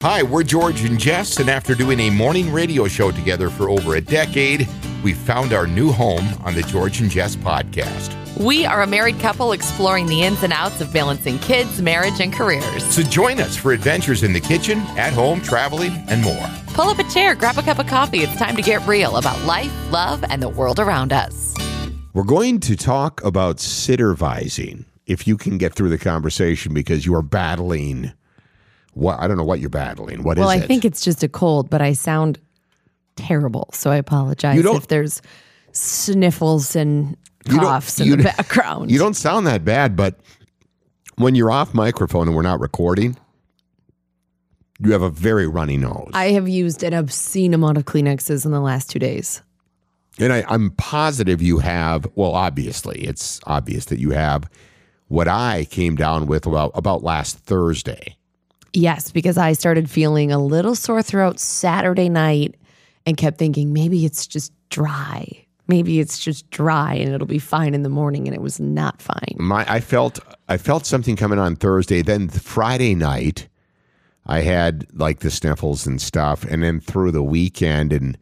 Hi, we're George and Jess, and after doing a morning radio show together for over a decade, we found our new home on the George and Jess podcast. We are a married couple exploring the ins and outs of balancing kids, marriage, and careers. So join us for adventures in the kitchen, at home, traveling, and more. Pull up a chair, grab a cup of coffee. It's time to get real about life, love, and the world around us. We're going to talk about sittervising if you can get through the conversation because you are battling what I don't know what you're battling. What is well, I it? think it's just a cold, but I sound terrible, so I apologize You don't- if there's sniffles and don't- coughs in you the don't- background. you don't sound that bad, but when you're off microphone and we're not recording, you have a very runny nose. I have used an obscene amount of Kleenexes in the last two days. and I, I'm positive you have, well, obviously, it's obvious that you have what I came down with about, about last Thursday. Yes, because I started feeling a little sore throat Saturday night and kept thinking maybe it's just dry. Maybe it's just dry and it'll be fine in the morning, and it was not fine. my I felt I felt something coming on Thursday. Then Friday night, I had like the sniffles and stuff, and then through the weekend and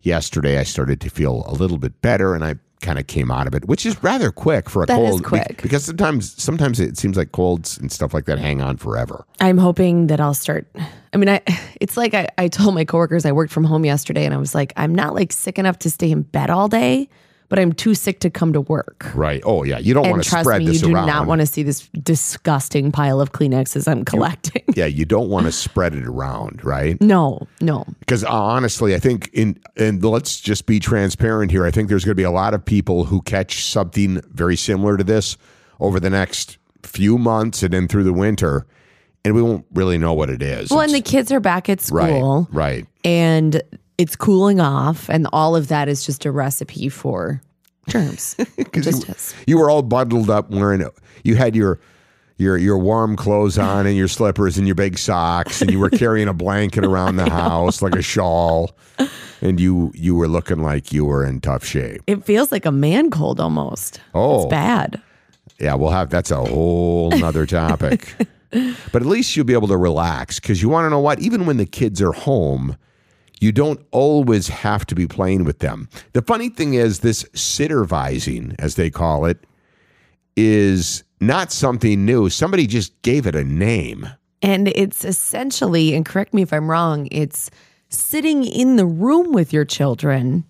yesterday, I started to feel a little bit better, and I kind of came out of it, which is rather quick for a That is cold. be- quick. because sometimes sometimes it seems like colds and stuff like that hang on forever. I'm hoping that I'll start. I mean, I it's like I, I told my coworkers I worked from home yesterday and I was like, I'm not like sick enough to stay in bed all day, but I'm too sick to come to work. Right? Oh yeah, you don't and want to trust spread me, you this do around. not want to see this disgusting pile of Kleenexes I'm collecting. yeah, you don't want to spread it around, right? no, no. because honestly, I think in and let's just be transparent here. I think there's going to be a lot of people who catch something very similar to this over the next few months and then through the winter, and we won't really know what it is. Well, It's- and the kids are back at right, school right. and it's cooling off, and all of that is just a recipe for germs. just you, us. you were all bundled up wearing you had your your your warm clothes on and your slippers and your big socks and you were carrying a blanket around the house like a shawl, and you you were looking like you were in tough shape. It feels like a man cold almost. Oh. it's bad. Yeah, we'll have that's a whole nother topic. but at least you'll be able to relax because you want to know what? Even when the kids are home, you don't always have to be playing with them. The funny thing is, this sittervising, as they call it, is not something new. Somebody just gave it a name. And it's essentially, and correct me if I'm wrong, it's sitting in the room with your children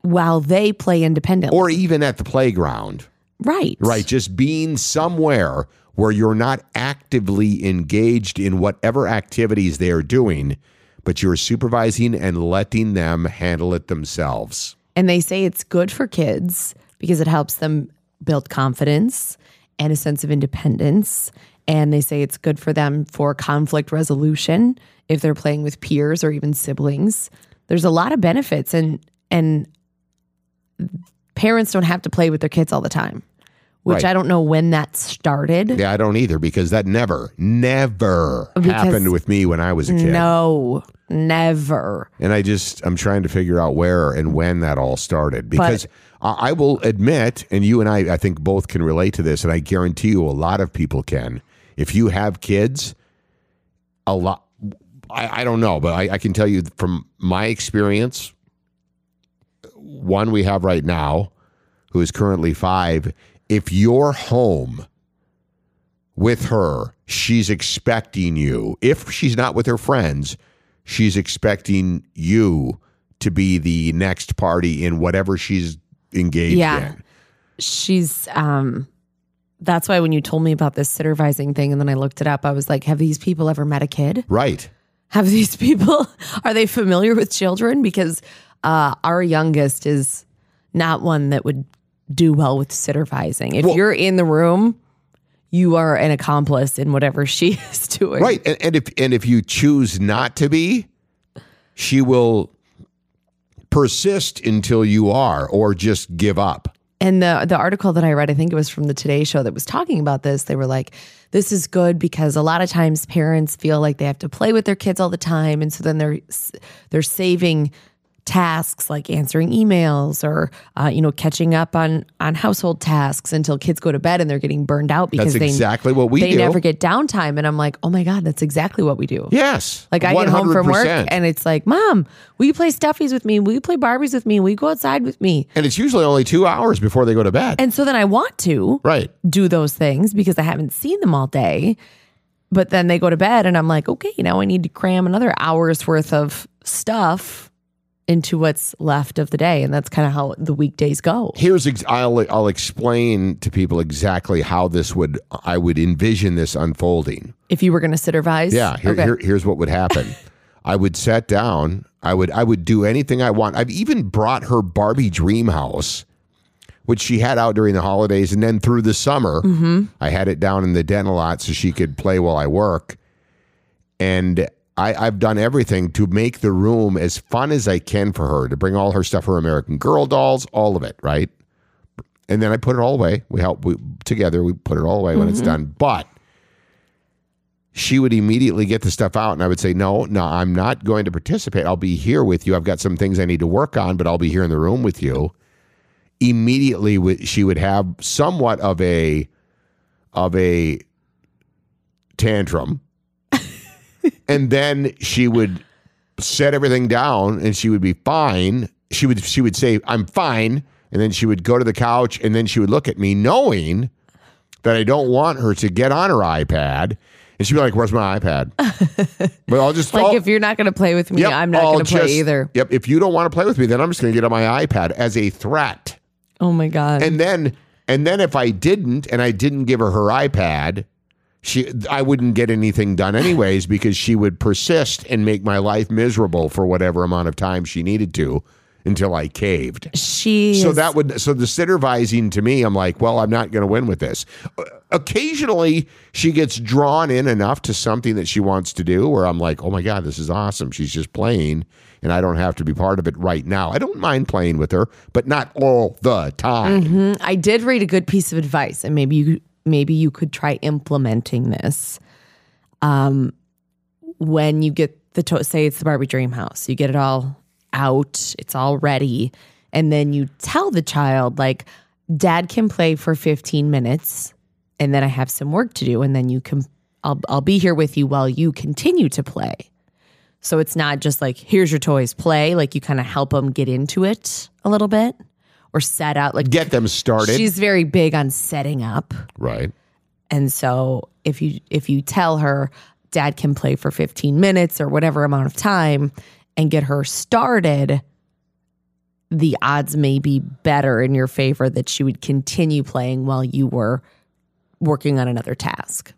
while they play independently. Or even at the playground, right. right? Just being somewhere where you're not actively engaged in whatever activities they are doing, but you're supervising and letting them handle it themselves. And they say it's good for kids because it helps them build confidence and a sense of independence. And they say it's good for them for conflict resolution if they're playing with peers or even siblings. There's a lot of benefits and and parents don't have to play with their kids all the time. Which Right. I don't know when that started. Yeah, I don't either because that never, never Because- happened with me when I was a kid. No, never. And I just, I'm trying to figure out where and when that all started because I I will admit, and you and I, I think both can relate to this, and I guarantee you a lot of people can. If you have kids, a lot, I, I don't know, but I, I can tell you from my experience, one we have right now, who is currently five, if you're home with her, she's expecting you. If she's not with her friends, she's expecting you to be the next party in whatever she's engaged Yeah. in. She's um that's why when you told me about this sittervising thing and then I looked it up, I was like, have these people ever met a kid? Right. Have these people are they familiar with children? Because uh our youngest is not one that would do well with sittervising. If Well- you're in the room, you are an accomplice in whatever she is doing. Right. And, and if and if you choose not to be, she will persist until you are or just give up. And the the article that I read, I think it was from the Today Show that was talking about this. They were like, "This is good because a lot of times parents feel like they have to play with their kids all the time, and so then they're s- they're saving tasks like answering emails or uh, you know catching up on on household tasks until kids go to bed and they're getting burned out because That's they exactly what we they do. never get downtime and I'm like oh my god that's exactly what we do Yes. like I get home from work 100%. and it's like mom will you play stuffies with me will you play Barbies with me will you go outside with me and it's usually only two hours before they go to bed. and so then I want to right. do those things because I haven't seen them all day. But then they go to bed and I'm like, okay, now I need to cram another hour's worth of stuff into what's left of the day. And that's kind of how the weekdays go. Here's ex- I'll I'll explain to people exactly how this would I would envision this unfolding. If you were going to sittervise. Yeah, here, okay. here, here's what would happen. I would sat down. I would I would do anything I want. I've even brought her Barbie Dream House, which she had out during the holidays, and then through the summer, I had it down in the den a lot so she could play while I work. And I, I've done everything to make the room as fun as I can for her to bring all her stuff, her American Girl dolls, all of it, right? And then I put it all away. We help we, together. We put it all away when it's done, but she would immediately get the stuff out and I would say, No, no, I'm not going to participate. I'll be here with you. I've got some things I need to work on, but I'll be here in the room with you. Immediately w- she would have somewhat of a of a tantrum. and then she would set everything down and she would be fine. She would she would say, I'm fine. And then she would go to the couch and then she would look at me knowing that I don't want her to get on her iPad. And she'd be like, Where's my iPad? but I'll just Like I'll- if you're not going to play with me, yep, I'm not I'll going to play just- either. Yep. If you don't want to play with me, then I'm just gonna get on my iPad as a threat. Oh my God. And then and then if I didn't and I didn't give her her iPad, she I wouldn't get anything done anyways because she would persist and make my life miserable for whatever amount of time she needed to until I caved. she So is- that would so the sittervising to me, I'm like, well, I'm not going to win with this. Uh, Occasionally, she gets drawn in enough to something that she wants to do, where I'm like, oh my god, this is awesome. She's just playing, and I don't have to be part of it right now. I don't mind playing with her, but not all the time. Mm-hmm. I did read a good piece of advice, and maybe you maybe you could try implementing this. Um, when you get the to- say it's the Barbie Dream House, you get it all out, it's all ready, and then you tell the child like, "Dad can play for 15 minutes, and then I have some work to do, and then you can I'll I'll be here with you while you continue to play." So it's not just like, here's your toys, play. Like you kind of help them get into it a little bit or set out, like Get them started, She's very big on setting up. right? And so if you if you tell her dad can play for 15 minutes or whatever amount of time and get her started, the odds may be better in your favor that she would continue playing while you were working on another task.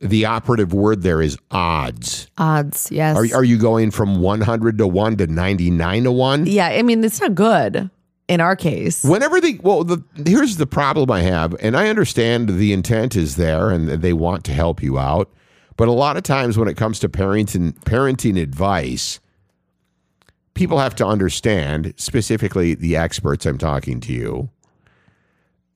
The operative word there is odds. Odds, yes. Are, are you going from 100 to 1 to 99 to 1? yeah, I mean it's not good in our case. Whenever they well, the, here's the problem I have, and I understand the intent is there, and they want to help you out, but a lot of times when it comes to parenting parenting advice, people have to understand, specifically the experts I'm talking to you.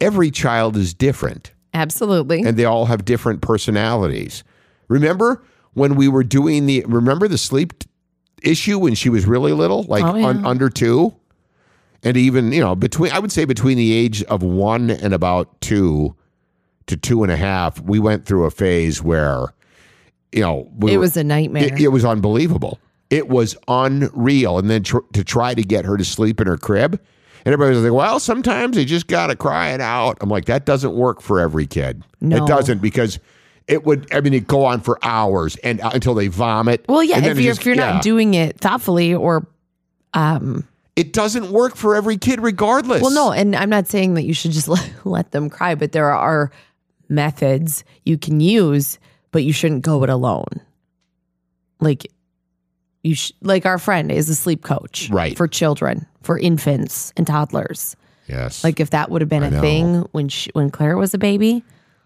Every child is different Absolutely. and they all have different personalities. Remember when we were doing the remember the sleep t- issue when she was really little, like Oh, yeah. un, under 2 and even, you know, between I would say between the age of 1 and about 2 to two and a half, we went through a phase where you know, we it were- was a nightmare. it, it was unbelievable. It was unreal. And then tr- to try to get her to sleep in her crib, and everybody was like, "Well, sometimes they just gotta cry it out." I'm like, that doesn't work for every kid. No. It doesn't because it would. I mean, it go on for hours and uh, until they vomit. well, yeah, and if then it you're, just- if you're yeah. not doing it thoughtfully or it doesn't work for every kid, regardless. Well, no, and I'm not saying that you should just let, let them cry, but there are methods you can use, but you shouldn't go it alone. Like you sh- like our friend is a sleep coach Right. for children, for infants and toddlers. Yes. Like Like if that would have been know. a thing when she, when Claire was a baby,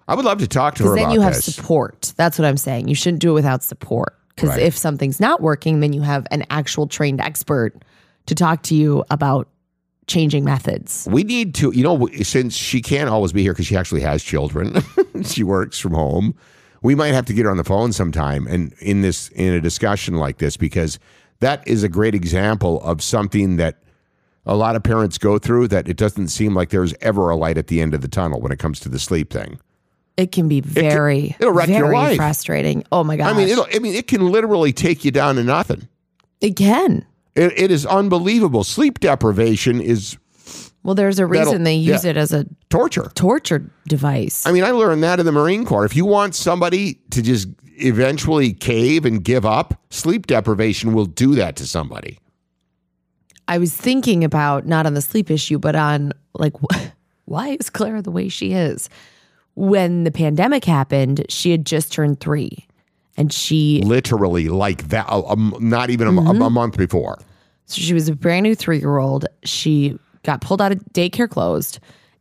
I would love to talk to her because about then you have this. support. That's what I'm saying. You shouldn't do it without support. Because Right. if something's not working, then you have an actual trained expert to talk to you about changing methods. We need to, you know, since she can't always be here because she actually has children, she works from home. We might have to get her on the phone sometime and in this in a discussion like this because that is a great example of something that a lot of parents go through that it doesn't seem like there's ever a light at the end of the tunnel when it comes to the sleep thing. It can be very, it'll wreck very your life. frustrating. Oh my gosh. I mean, it'll, I mean, it can literally take you down to nothing. it can. It, it is unbelievable. Sleep deprivation is Well, there's a That'll- reason they use yeah. it as a torture. torture device. I mean, I learned that in the Marine Corps. If you want somebody to just eventually cave and give up, sleep deprivation will do that to somebody. I was thinking about not on the sleep issue, but on like, wh- why is Clara the way she is? When the pandemic happened, she had just turned three and she, Literally, like that, a- a m- not even a, m- a Mm-hmm. month before. so she was a brand new three year old. She got pulled out of daycare closed.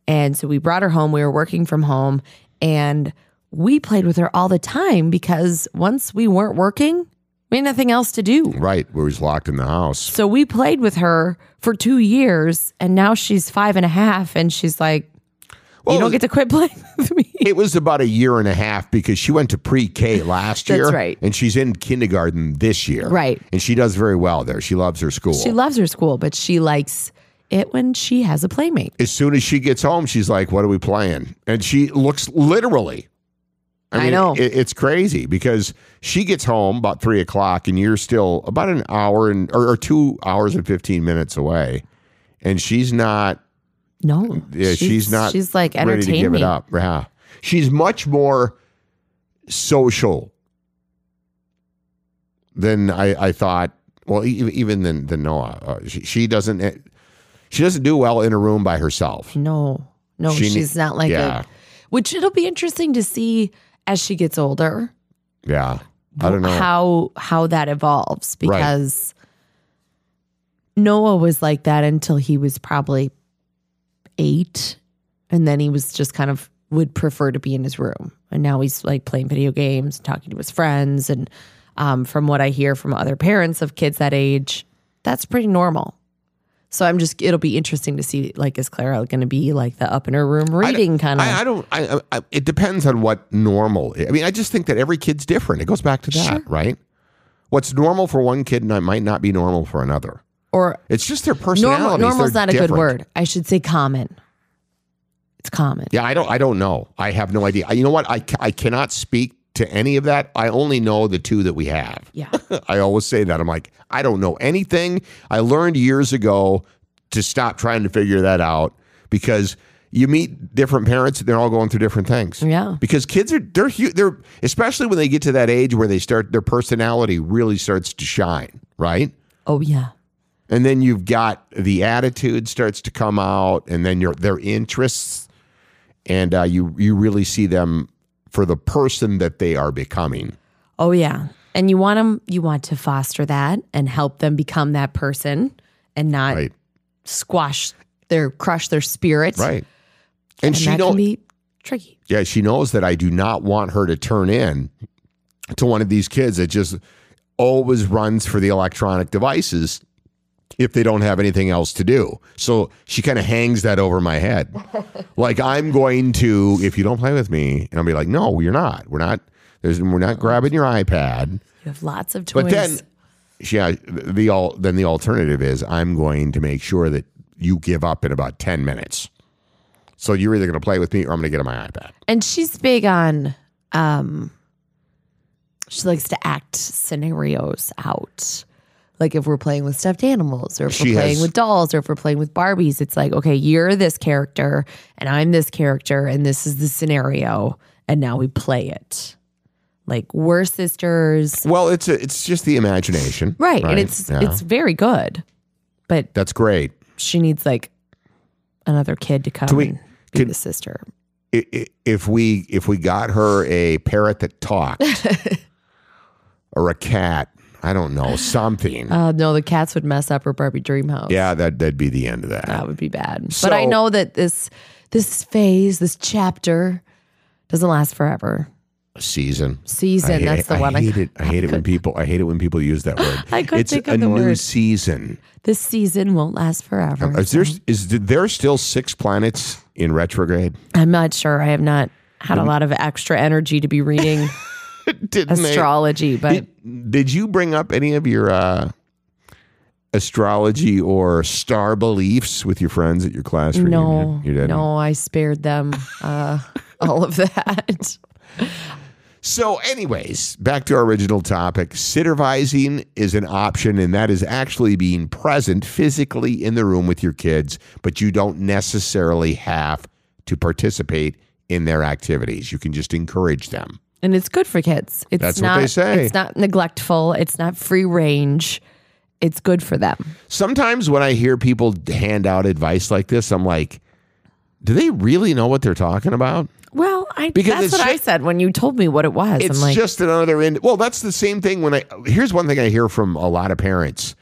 And so we brought her home. We were working from home and we played with her all the time because once we weren't working, we had nothing else to do. Right, where he's locked in the house. So we played with her for two years, and now she's five and a half, and she's like, Well, "You don't get to quit playing with me." It was about a year and a half because she went to pre-K last That's year, right. And she's in kindergarten this year, Right. And she does very well there. She loves her school. She loves her school, but she likes it when she has a playmate. as soon as she gets home, she's like, "What are we playing?" And she looks literally. I know. it, it's crazy because she gets home about three o'clock, and you're still about an hour and or, or two hours and fifteen minutes away, and she's not. No, Yeah, she's, not. She's like, ready to entertain give me. it up. Yeah, she's much more social than I, I thought. Well, e- even than than Noah, uh, she, she doesn't. She doesn't do well in a room by herself. No, no, She ne- she's not like yeah. a. Which it'll be interesting to see as she gets older. Yeah. I don't know. how how that evolves Right. because Noah was like that until he was probably eight, and then he was just kind of would prefer to be in his room, and now he's like playing video games, talking to his friends, and um, from what I hear from other parents of kids that age, that's pretty normal. So I'm just it'll be interesting to see like is Clara going to be like the up in her room reading kind of I, I don't. I, I, I- it depends on what normal. i- I mean, I just think that every kid's different. It goes back to that, right? What's normal for one kid not, might not be normal for another. or It's just their personality. normal normal's not a good word. I should say common. It's common. Yeah, I don't. I don't know. I have no idea. I, you know what? I ca- I cannot speak to any of that. I only know the two that we have. Yeah. I always say that. I'm like, I don't know anything. I learned years ago to stop trying to figure that out because you meet different parents and they're all going through different things. Yeah. Because kids are they're hu- they're especially when they get to that age where they start their personality really starts to shine, right? Oh yeah. And then you've got the attitude starts to come out and then your their interests and uh, you you really see them for the person that they are becoming. Oh yeah. And you want them you want to foster that and help them become that person and not Right. squash their crush their spirit. Right. And, And, she that don't can be tricky. yeah, she knows that I do not want her to turn in to one of these kids that just always runs for the electronic devices if they don't have anything else to do. So she kind of hangs that over my head. like I'm going to if you don't play with me and I'll be like, "No, you're not. We're not there's we're not grabbing your iPad." You have lots of toys. But then yeah, the all then the alternative is I'm going to make sure that you give up in about 10 minutes. So you're either going to play with me or I'm going to get on my iPad. and she's big on um she likes to act scenarios out. Like if we're playing with stuffed animals or if She we're playing has- with dolls or if we're playing with Barbies, it's like, okay, you're this character and I'm this character and this is the scenario and now we play it. Like we're sisters. Well, it's a, it's just the imagination, Right. And it's Yeah. it's very good. But that's great. she needs like another kid to come we- and be can- the sister. I- i- If we if we got her a parrot that talked, or a cat, I don't know something. Uh, no, the cats would mess up her Barbie dream house. yeah, that that'd be the end of that. That would be bad. So- but I know that this this phase, this chapter, doesn't last forever. Season. Season, I, that's the I, one I I- hate it. I hate it when people. I hate it when people use that word. I couldn't it's think a of the new word. season. This season won't last forever. Is there is there still six planets in retrograde? I'm not sure. I have not had Mm-hmm. a lot of extra energy to be reading Didn't they- astrology, but Did, did you bring up any of your uh, astrology or star beliefs with your friends at your class No, reunion? You didn't. no, I spared them uh, all of that. So, anyways, back to our original topic. Sittervising is an option, and that is actually being present physically in the room with your kids, but you don't necessarily have to participate in their activities. You can just encourage them. And it's good for kids. It's That's what not, they say. It's not neglectful. It's not free range. It's good for them. Sometimes when I hear people hand out advice like this, I'm like, do they really know what they're talking about? Well, I Because that's it's what I just- said when you told me what it was. It's I'm like, just another end. Well, that's the same thing when I here's one thing I hear from a lot of parents.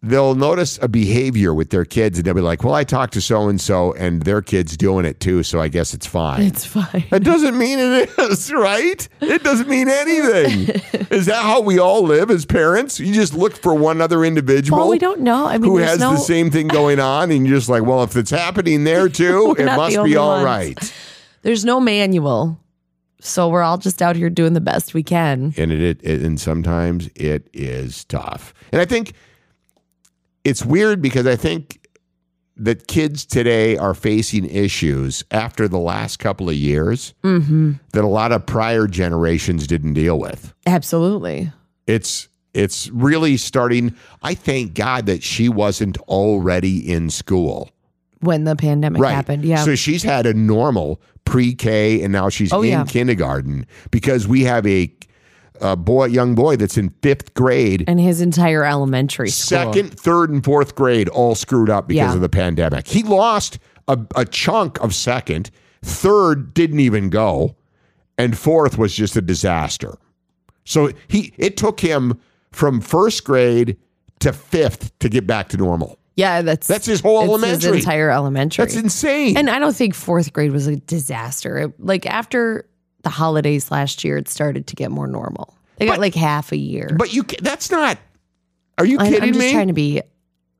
They'll notice a behavior with their kids and they'll be like, "Well, I talked to so and so and their kids doing it too, so I guess it's fine." it's fine. that doesn't mean it is, right? It doesn't mean anything. is that how we all live as parents? You just look for one other individual. Well, we don't know. I mean, who there's has no, the same thing going on, and you're just like, well, if it's happening there too, We're it not the must only be all ones. right. There's no manual. So we're all just out here doing the best we can. and it, it and sometimes it is tough. And I think it's weird because I think that kids today are facing issues after the last couple of years that a lot of prior generations didn't deal with. Absolutely. It's it's really starting. I thank God that she wasn't already in school. When the pandemic Right. happened. Yeah. So she's had a normal pre-K and now she's Oh, in yeah. kindergarten because we have a a boy young boy that's in 5th grade and his entire elementary school. second, third, and fourth grade all screwed up because Yeah. of the pandemic. He lost a, a chunk of second, third didn't even go, and fourth was just a disaster. So he it took him from first grade to fifth to get back to normal. Yeah, that's That's his whole it's elementary. His entire elementary. That's insane. and I don't think fourth grade was a disaster. It- like after the holidays last year, it started to get more normal. They got But- like half a year. but you ca- that's not. Are you I, kidding I'm just me? trying to be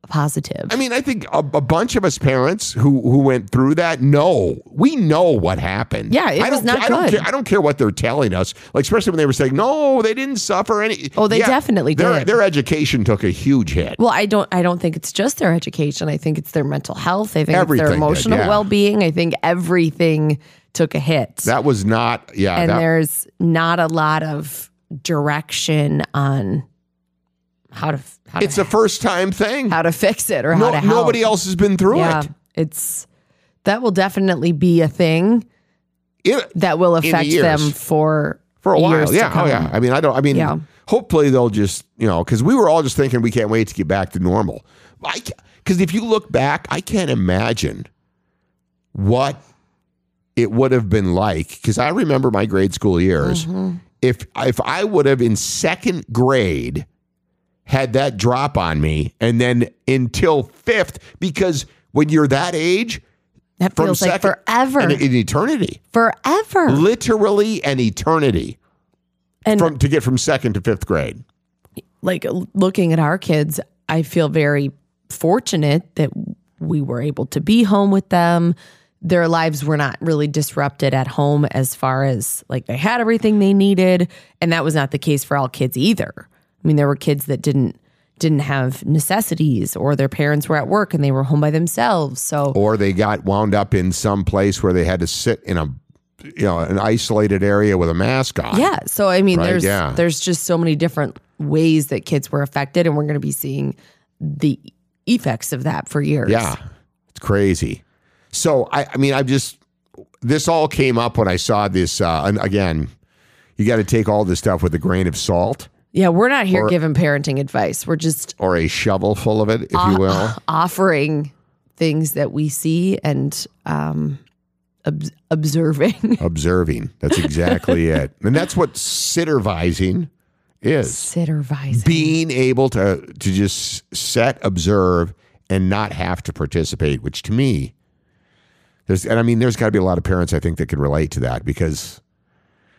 positive. I mean, I think a, a bunch of us parents who who went through that know we know what happened. Yeah, it I was don't, not ca- I don't good. care. I don't care what they're telling us. Like especially when they were saying, "No, they didn't suffer any." Oh, they definitely their, did. Their education took a huge hit. well, I don't. I don't think it's just their education. I think it's their mental health. I Everything think did, it's their emotional yeah. well-being. I think everything took a hit. that was not. Yeah, and that, there's not a lot of direction on how to f- how it's to, a first time thing. how to fix it or how No- to help. nobody else has been through yeah, it. it's that will definitely be a thing It- that will affect years. them for for a years while. to Yeah, oh come. yeah. I mean, I don't. I mean, Yeah. hopefully they'll just you know because we were all just thinking we can't wait to get back to normal. I because if you look back, I can't imagine what it would have been like because I remember my grade school years. Mm-hmm. If if I would have in second grade had that drop on me, and then until fifth, because when you're that age, That from feels like second- forever, an, an eternity, forever. literally an eternity And from to get from second to fifth grade. like looking at our kids, I feel very fortunate that we were able to be home with them. Their lives were not really disrupted at home as far as like they had everything they needed, and that was not the case for all kids either. I mean, there were kids that didn't didn't have necessities or their parents were at work and they were home by themselves. So Or they got wound up in some place where they had to sit in a you know, an isolated area with a mask on. Yeah. So I mean, Right, there's yeah. there's just so many different ways that kids were affected, and we're going to be seeing the effects of that for years. Yeah. It's crazy. So I, I mean I just this all came up when I saw this uh and again, you gotta take all this stuff with a grain of salt Yeah. We're not here giving parenting advice. We're just or a shovel full of it, if Uh, you will. offering things that we see and um, ob- observing. Observing. That's exactly it. And that's what sittervising is. Sittervising. being able to to just set, observe, and not have to participate, which to me, there's and I mean, there's got to be a lot of parents I think that can relate to that because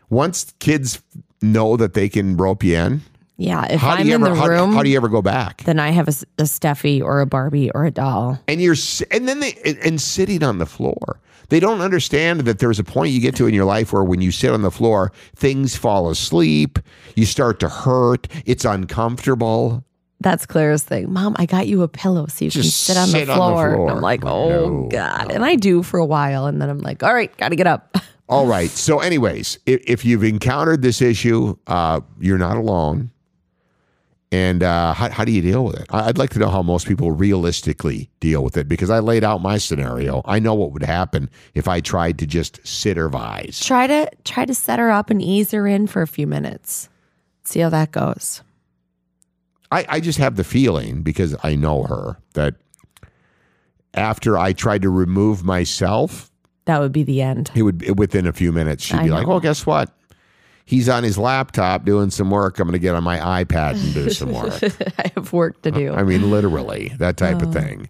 once kids know that they can rope you in, yeah. If how I'm do you in ever the how, room, how do you ever go back? then I have a, s- a Steffi or a Barbie or a doll. And you're s- and then they and, and sitting on the floor. They don't understand that there's a point you get to in your life where when you sit on the floor, things fall asleep, you start to hurt, it's uncomfortable. that's Claire's thing. Mom, I got you a pillow so you Just can sit on the, sit on the floor. floor. And I'm like, oh No. God. And I do for a while. And then I'm like, all right, gotta get up. All right. So, anyways, if, if you've encountered this issue, uh, you're not alone. And uh, how, how do you deal with it? I- I'd like to know how most people realistically deal with it because I laid out my scenario. I know what would happen if I tried to just sittervise. try to try to set her up and ease her in for a few minutes. See how that goes. I, I just have the feeling because I know her that after I tried to remove myself, That would be the end. it would within a few minutes she'd I be like, know. "Well, guess what? He's on his laptop doing some work. I'm going to get on my iPad and do some work." I have work to do. I mean, literally that type Oh. of thing.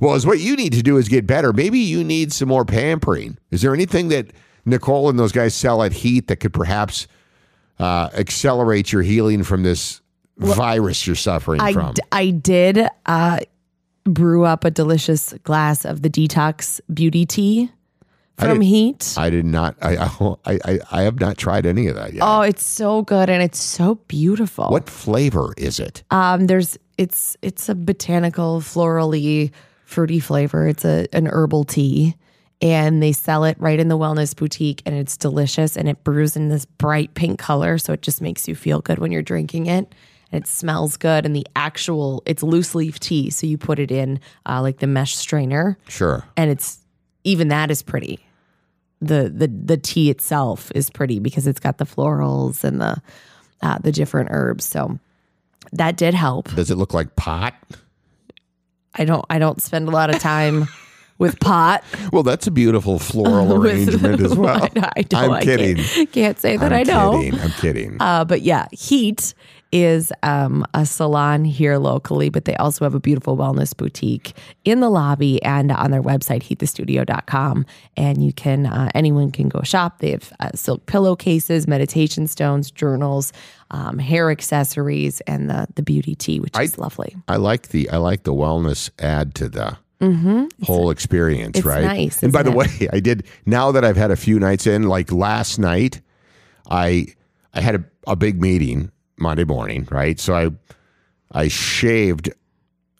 Well, is what you need to do is get better. Maybe you need some more pampering. Is there anything that Nicole and those guys sell at Heat that could perhaps uh, accelerate your healing from this virus you're suffering I, from? d- I did uh, brew up a delicious glass of the detox beauty tea from did- Heat. I did not. I I I, I have not tried any of that yet. oh, it's so good and it's so beautiful. what flavor is it? Um, there's it's it's a botanical, florally, fruity flavor. It's a an herbal tea, and they sell it right in the wellness boutique, and it's delicious. And it brews in this bright pink color, so it just makes you feel good when you're drinking it. And it smells good, and the actual it's loose leaf tea, so you put it in uh, like the mesh strainer, Sure. and it's even that is pretty. The the the tea itself is pretty because it's got the florals and the uh, the different herbs. So that did help. Does it look like pot? I don't I don't spend a lot of time with pot. Well, that's a beautiful floral With- arrangement as well. I, I don't, am I kidding. Can't, can't say that I'm i know. kidding. I'm kidding. Uh, but yeah, Heat is um, a salon here locally, but they also have a beautiful wellness boutique in the lobby and on their website, heatthestudio.com. And you can, uh, anyone can go shop. They have uh, silk pillowcases, meditation stones, journals, um, hair accessories, and the, the beauty tea, which is lovely. I like the I like the wellness add to the whole experience, Mm-hmm. it's right? nice, and by isn't the way, I did now that I've had a few nights in, like last night, I I had a, a big meeting Monday morning, right? So I I shaved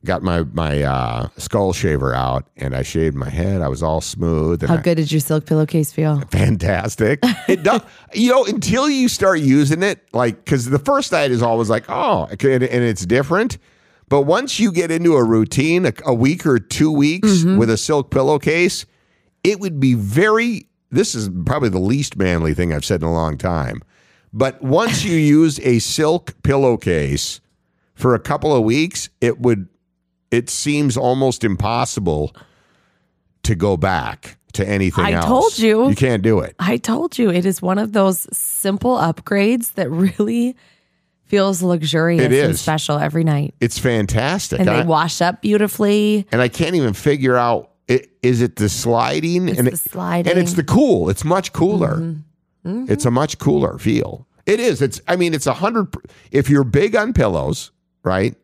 got my my uh, skull shaver out and I shaved my head. I was all smooth and How I- good did your silk pillowcase feel? fantastic. It does, you know, until you start using it, like, because the first night is always like, oh, okay, and, and it's different. But once you get into a routine, a, a week or two weeks with a silk pillowcase, it would be very, this is probably the least manly thing I've said in a long time. But once you use a silk pillowcase for a couple of weeks, it would, it seems almost impossible to go back to anything I else. told you. You can't do it. I told you it is one of those simple upgrades that really feels luxurious It and is. special every night. It's fantastic. And I, they wash up beautifully. and I can't even figure out i- is it the sliding and the it- sliding. and it's the cool. It's much cooler. Mm-hmm. It's a much cooler feel. It is. It's. I mean, it's a hundred. per- If you're big on pillows, right,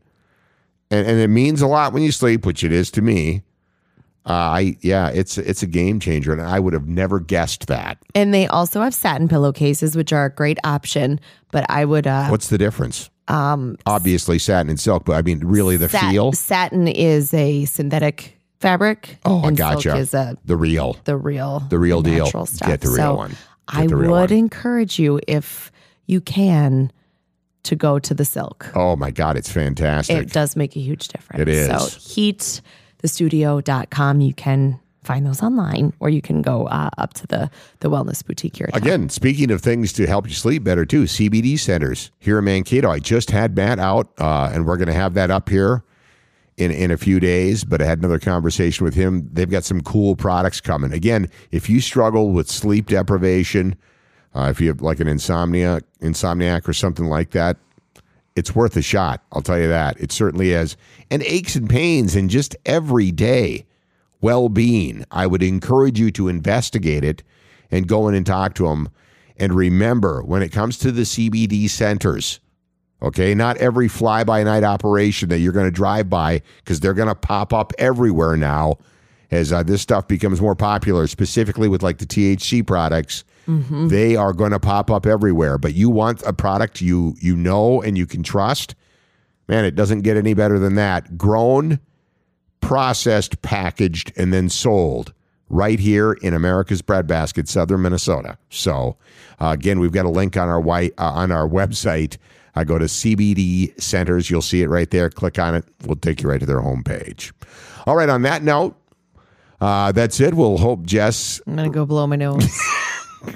and and it means a lot when you sleep, which it is to me. Uh, I yeah, it's it's a game changer, and I would have never guessed that. And they also have satin pillowcases, which are a great option. But I would uh What's the difference? Um, obviously satin and silk, but I mean, really the sat- feel. satin is a synthetic fabric. Oh, I and gotcha. Silk is a the real. the real The real deal. natural stuff. Get the real So one. Get I the real would one. encourage you if you can to go to the silk. Oh my God, it's fantastic. it does make a huge difference. It is. So heatthestudio.com. You can find those online or you can go uh, up to the, the wellness boutique here. at Again, speaking of things to help you sleep better too, CBD centers here in Mankato. I just had Matt out, uh, and we're going to have that up here in in a few days. But I had another conversation with him. They've got some cool products coming. Again, if you struggle with sleep deprivation, uh, if you have like an insomnia insomniac or something like that, it's worth a shot. I'll tell you that. It certainly is. And aches and pains and just everyday well being. I would encourage you to investigate it and go in and talk to them. And remember, when it comes to the CBD centers, okay, not every fly by night operation that you're going to drive by because they're going to pop up everywhere now as uh, this stuff becomes more popular, specifically with like the THC products. They are going to pop up everywhere, but you want a product you you know and you can trust Man, it doesn't get any better than that. Grown, processed, packaged, and then sold right here in America's breadbasket, Southern Minnesota. So, uh, again, we've got a link on our white uh, on our website. I go to CBD Centers. You'll see it right there. Click on it. We'll take you right to their homepage. All right. On that note, uh, that's it. We'll hope Jess I'm gonna go blow my nose.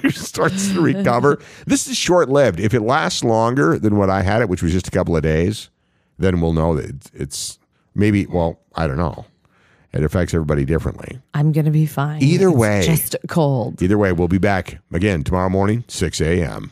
starts to recover. This is short lived. If it lasts longer than what I had it, which was just a couple of days, then we'll know that it's- it's maybe, well, I don't know. It affects everybody differently. I'm gonna be fine. Either It's way. just a cold. Either way, we'll be back again tomorrow morning, 6 a.m.